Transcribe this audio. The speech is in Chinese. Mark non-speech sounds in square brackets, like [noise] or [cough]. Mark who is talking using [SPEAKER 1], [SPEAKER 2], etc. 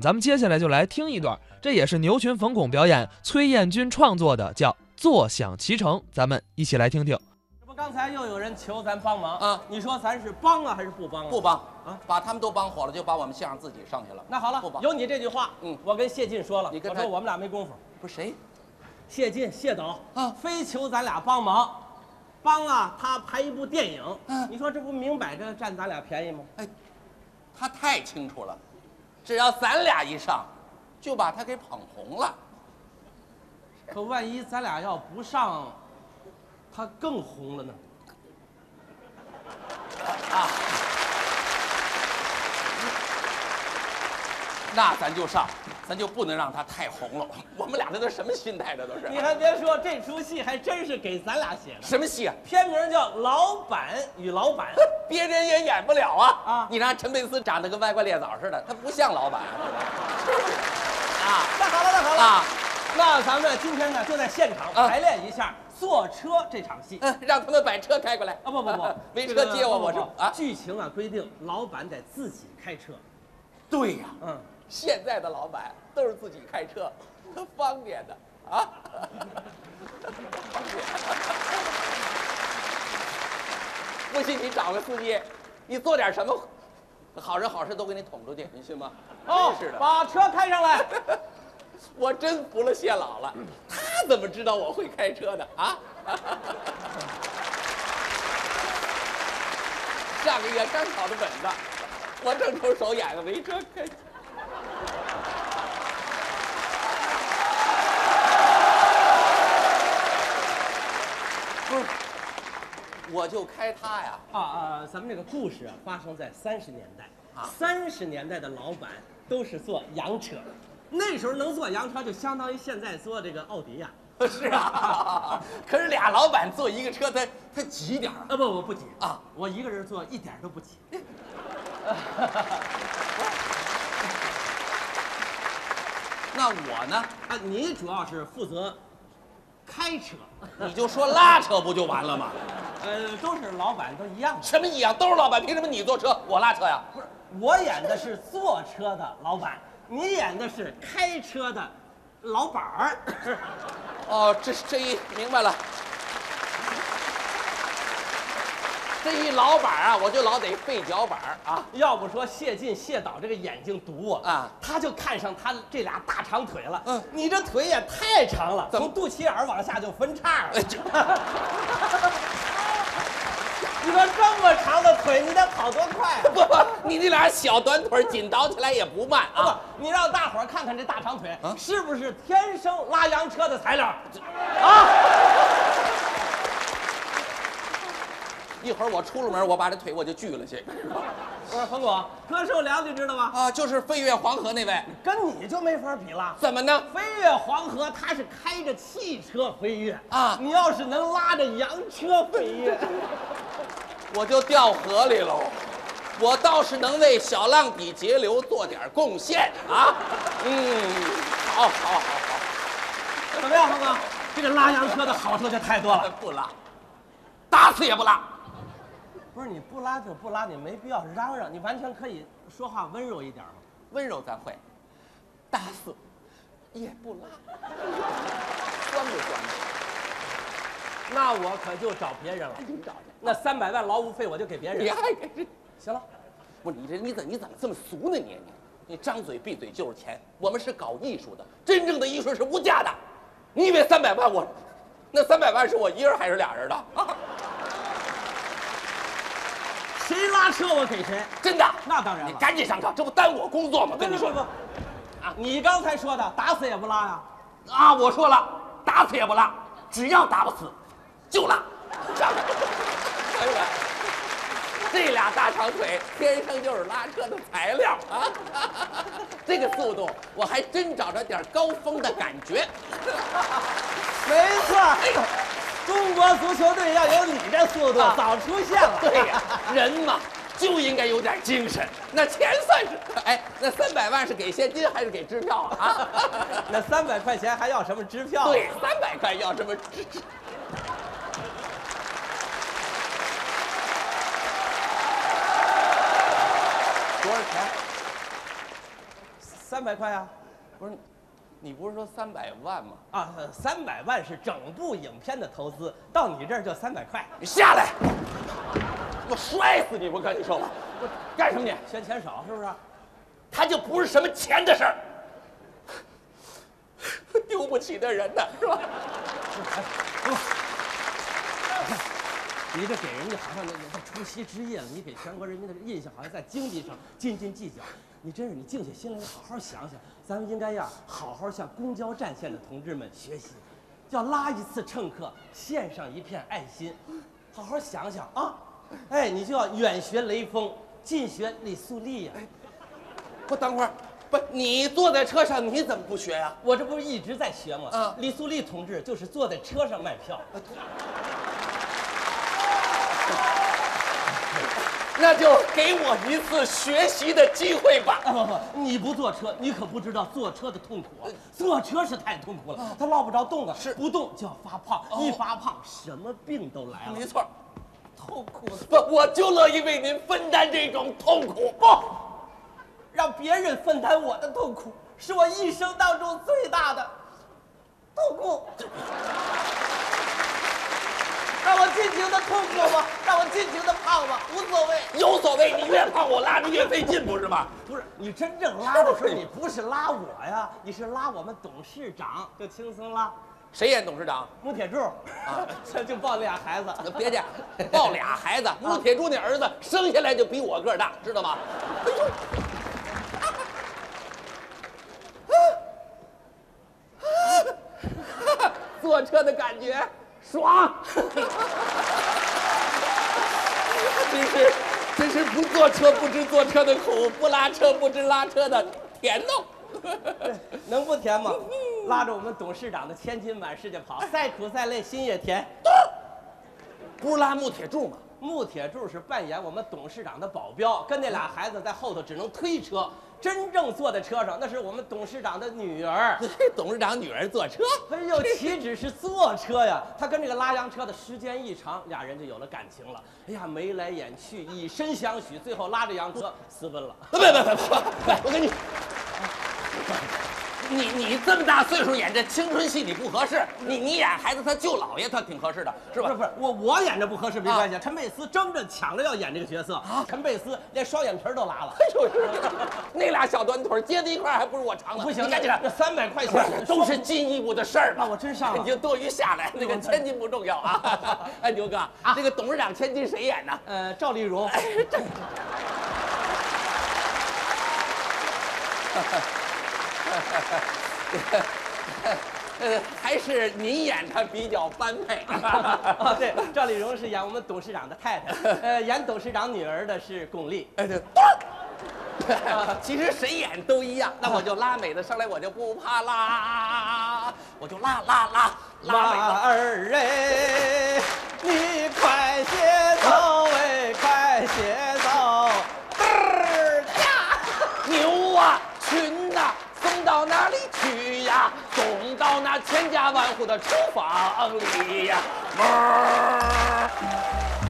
[SPEAKER 1] 咱们接下来就来听一段，这也是牛群冯巩表演，崔彦军创作的，叫《坐享其成》，咱们一起来听听。
[SPEAKER 2] 这不刚才又有人求咱帮忙
[SPEAKER 3] 啊
[SPEAKER 2] 你说咱是帮啊还是不帮啊？
[SPEAKER 3] 不帮
[SPEAKER 2] 啊
[SPEAKER 3] 把他们都帮火了，就把我们相声自己上去了。
[SPEAKER 2] 那好了，
[SPEAKER 3] 不帮
[SPEAKER 2] 有你这句话，
[SPEAKER 3] 嗯
[SPEAKER 2] 我跟谢晋说了，
[SPEAKER 3] 你跟
[SPEAKER 2] 我
[SPEAKER 3] 他
[SPEAKER 2] 说我们俩没工夫。
[SPEAKER 3] 不是谁？
[SPEAKER 2] 谢晋、谢导
[SPEAKER 3] 啊
[SPEAKER 2] 非求咱俩帮忙，帮啊，他拍一部电影，
[SPEAKER 3] 嗯
[SPEAKER 2] 你说这不明摆着占咱俩便
[SPEAKER 3] [laughs]
[SPEAKER 2] 宜吗？
[SPEAKER 3] 哎，他太清楚了，只要咱俩一上，就把他给捧红了。
[SPEAKER 2] 可万一咱俩要不上，他更红
[SPEAKER 3] [laughs]
[SPEAKER 2] 了呢。
[SPEAKER 3] 那咱就上，咱就不能让他太红了。 [laughs] 我们俩这都什么心态？这都是
[SPEAKER 2] 你还别说，这出戏还真是给咱俩写的，
[SPEAKER 3] 什么戏啊？
[SPEAKER 2] 片名叫《老板与老
[SPEAKER 3] [laughs]
[SPEAKER 2] 板》。
[SPEAKER 3] 别人也演不了啊！
[SPEAKER 2] 啊
[SPEAKER 3] 你让陈佩斯长得跟歪瓜裂枣似的，他不像老板啊！
[SPEAKER 2] 那好了，那好
[SPEAKER 3] 啊
[SPEAKER 2] 了。
[SPEAKER 3] 啊，
[SPEAKER 2] 那咱们今天呢，就在现场
[SPEAKER 3] 啊
[SPEAKER 2] 排练一下坐车这场
[SPEAKER 3] [laughs]
[SPEAKER 2] 戏。啊
[SPEAKER 3] 嗯，让他们把车开过来
[SPEAKER 2] 啊不不
[SPEAKER 3] [laughs]，
[SPEAKER 2] 不
[SPEAKER 3] 没
[SPEAKER 2] 这
[SPEAKER 3] 车
[SPEAKER 2] 个
[SPEAKER 3] 接我，
[SPEAKER 2] 不
[SPEAKER 3] 我是
[SPEAKER 2] 不不
[SPEAKER 3] 啊，
[SPEAKER 2] 剧情啊规定，老板得自己开车。
[SPEAKER 3] 对呀、
[SPEAKER 2] 嗯，
[SPEAKER 3] 现在的老板都是自己开车，他方便的啊。 [laughs] 不信你找个司机，你做点什么好人好事都给你捅出去，你信吗？
[SPEAKER 2] 哦
[SPEAKER 3] 真是的，
[SPEAKER 2] 把车开上来。 [laughs]
[SPEAKER 3] 我真服了谢老了，他怎么知道我会开车的啊？ [laughs] 上个月刚考的本子，我正愁手痒痒，没车开。不是，我就开它呀。 [laughs]
[SPEAKER 2] 啊啊，咱们这个故事啊，发生在三十年代
[SPEAKER 3] 啊
[SPEAKER 2] 三十年代的老板都是坐洋车，那时候能坐洋车就相当于现在坐这个奥迪呀、
[SPEAKER 3] 是啊，可是俩老板坐一个车，他他挤点儿啊
[SPEAKER 2] 啊。。不，我不挤
[SPEAKER 3] 啊，
[SPEAKER 2] 我一个人坐一点儿都不挤。
[SPEAKER 3] 那我呢？
[SPEAKER 2] 啊，你主要是负责开车，
[SPEAKER 3] 你就说拉扯不就完了吗？
[SPEAKER 2] 呃，都是老板都一样的。
[SPEAKER 3] 什么一样都是老板，凭什么你坐车我拉车呀？
[SPEAKER 2] 不是，我演的是坐车的老板，你演的是开车的老板儿。
[SPEAKER 3] [laughs] 哦，这这一明白了。这一老板啊，我就老得费脚板儿啊。 [laughs]
[SPEAKER 2] 要不说谢晋、谢导这个眼睛毒啊，
[SPEAKER 3] 啊
[SPEAKER 2] 他就看上他这俩大长腿了。
[SPEAKER 3] 嗯
[SPEAKER 2] 你这腿也太长了，
[SPEAKER 3] 怎么
[SPEAKER 2] 从肚脐眼儿往下就分叉了。
[SPEAKER 3] 哎这
[SPEAKER 2] 你说这么长的腿，你得跑多快啊！
[SPEAKER 3] 不不，你那俩小短腿儿紧倒起来也不慢啊。
[SPEAKER 2] 不，你让大伙儿看看这大长腿、
[SPEAKER 3] 啊
[SPEAKER 2] 是不是天生拉洋车的材料？啊！
[SPEAKER 3] 一会儿我出了门，我把这腿我就锯了去。
[SPEAKER 2] 我说冯巩，柯受良你知道吗？
[SPEAKER 3] 啊，就是飞越黄河那位，
[SPEAKER 2] 跟你就没法比了。
[SPEAKER 3] 怎么呢？
[SPEAKER 2] 飞越黄河，他是开着汽车飞跃
[SPEAKER 3] 啊
[SPEAKER 2] 你要是能拉着洋车飞 [laughs] 跃，
[SPEAKER 3] 我就掉河里喽。我倒是能为小浪底节流做点贡献啊。嗯，好，好，好，
[SPEAKER 2] 怎么样，冯哥？这个拉洋车的好处就太多
[SPEAKER 3] 好，
[SPEAKER 2] 了。
[SPEAKER 3] 不拉，打死也不拉。
[SPEAKER 2] 不是你不拉就不拉，你没必要嚷嚷，你完全可以说话温柔一点嘛。
[SPEAKER 3] 温柔咱会，打死也不拉，酸不酸？
[SPEAKER 2] 那我可就找别人了，
[SPEAKER 3] 你找去，
[SPEAKER 2] 那三百万劳务费我就给别
[SPEAKER 3] 你
[SPEAKER 2] 人。
[SPEAKER 3] 爱给谁？
[SPEAKER 2] 行了，
[SPEAKER 3] 不是你这你怎你怎么这么俗呢你你你张嘴闭嘴就是钱，我们是搞艺术的，真正的艺术是无价的。你以为三百万我，那三百万是我一人还是俩人的？啊，
[SPEAKER 2] 谁拉车我给谁。
[SPEAKER 3] 真的？
[SPEAKER 2] 那当然了
[SPEAKER 3] 你赶紧上车，这不耽误我工作吗？跟你说
[SPEAKER 2] 不，啊你刚才说的打死也不拉呀、
[SPEAKER 3] 啊，我说了，打死也不拉，只要打不死，就拉。上来，哎呀这俩大长腿天生就是拉车的材料啊！这个速度，我还真找着点高峰的感觉。
[SPEAKER 2] 没
[SPEAKER 3] 哎呦
[SPEAKER 2] 错，中国足球队要有你这速度，
[SPEAKER 3] 啊
[SPEAKER 2] 早出现了。
[SPEAKER 3] 对呀，人嘛就应该有点精神。那钱算是，哎，那三百万是给现金还是给支票啊？
[SPEAKER 2] [laughs] 那三百块钱还要什么支票？啊
[SPEAKER 3] 对，，三百块要什么支？支多少钱？
[SPEAKER 2] 三百块啊，
[SPEAKER 3] 不是，你不是说三百万吗？
[SPEAKER 2] 啊，三百万是整部影片的投资，到你这儿就三百块。
[SPEAKER 3] 你下来，我摔死你！我跟你说吧，我干什么你？
[SPEAKER 2] 嫌钱少是不是？
[SPEAKER 3] 他就不是什么钱的事儿，丢不起的人呢，是吧？
[SPEAKER 2] 你这给人家好像那个在除夕之夜，你给全国人民的印象好像在经济上斤斤计较。你真是你静下心来好好想想，咱们应该呀好好向公交战线的同志们学习，要拉一次乘客，献上一片爱心，好好想想啊！哎，你就要远学雷锋，近学李素丽呀、
[SPEAKER 3] 不，等会儿，不，你坐在车上，你怎么不学啊呀、
[SPEAKER 2] 我这不是一直在学吗？
[SPEAKER 3] 啊
[SPEAKER 2] 李素丽同志就是坐在车上卖票。
[SPEAKER 3] 那就给我一次学习的机会吧。
[SPEAKER 2] 哎不不，你不坐车，你可不知道坐车的痛苦啊！坐车是太痛苦了，他落不着洞啊，
[SPEAKER 3] 是
[SPEAKER 2] 不动就要发胖，一发胖什么病都来了
[SPEAKER 3] 没。错儿，
[SPEAKER 2] 痛苦死，
[SPEAKER 3] 不，我就乐意为您分担这种痛苦。不，
[SPEAKER 2] 让别人分担我的痛苦，是我一生当中最大的痛苦。 [laughs] 让我尽情的痛苦吧，让我尽情的胖吧，无所谓。
[SPEAKER 3] 有所谓，你越胖我拉你越费劲，不是吗？
[SPEAKER 2] 不是你真正拉的时候，你不是拉我呀，你是拉我们董事长，就轻松拉。
[SPEAKER 3] 谁演董事长？
[SPEAKER 2] 穆铁柱啊，这就抱俩孩子，
[SPEAKER 3] 别介，抱俩孩子，穆铁柱那儿子生下来就比我个儿大，知道吗？哎呦， [laughs] 坐车的感觉爽， [laughs] 真是真是不坐车不知坐车的苦，不拉车不知拉车的甜呐。
[SPEAKER 2] 能不甜吗？拉着我们董事长的千金满世界跑，再苦再累心也甜。
[SPEAKER 3] [laughs] 不是拉穆铁柱吗？
[SPEAKER 2] 穆铁柱是扮演我们董事长的保镖，跟那俩孩子在后头只能推车，真正坐在车上那是我们董事长的女儿。
[SPEAKER 3] [laughs] 董事长女儿坐车，
[SPEAKER 2] 哎呦，岂止是坐车呀？他跟这个拉洋车的时间一长，俩人就有了感情了。哎呀，眉来眼去，以身相许，最后拉着洋车私奔了。
[SPEAKER 3] 不不不不不，我跟你，你你这么大岁数演这青春戏你不合适，你你演孩子他舅姥爷他挺合适的，是
[SPEAKER 2] 不是
[SPEAKER 3] 吧？啊
[SPEAKER 2] 不是，我我演这不合适没关系。陈佩斯争着抢着要演这个角色，陈佩斯连双眼皮儿都拉
[SPEAKER 3] 哎
[SPEAKER 2] 了。
[SPEAKER 3] [laughs] 就是那俩小短腿接在一块儿还不是我长的，
[SPEAKER 2] 不行，
[SPEAKER 3] 你赶紧
[SPEAKER 2] 这
[SPEAKER 3] 的，
[SPEAKER 2] 三百块
[SPEAKER 3] 不
[SPEAKER 2] 钱啊
[SPEAKER 3] 是 [laughs] 都哎是进一步的事儿
[SPEAKER 2] 那
[SPEAKER 3] 嘛。
[SPEAKER 2] 我真上了
[SPEAKER 3] [laughs] 你就多余下来，那个千金不重要 [laughs] 啊。哎，牛哥，这个董事长千金谁演呢？
[SPEAKER 2] 呃赵丽蓉。
[SPEAKER 3] 哎，这。呃，还是您演他比较般配。
[SPEAKER 2] [laughs] 啊，对，赵丽蓉是演我们董事长的太太，呃，演董事长女儿的是巩俐。
[SPEAKER 3] 哎，对， [laughs] 墩儿。其实谁演都一样，那我就拉美的上来，我就不怕拉，我就拉拉拉拉美的。
[SPEAKER 2] 拉儿哎，你快些走哎，快些走，嘚儿
[SPEAKER 3] 牛啊，群呐、送到哪里去呀？送到那千家万户的厨房里呀。哞儿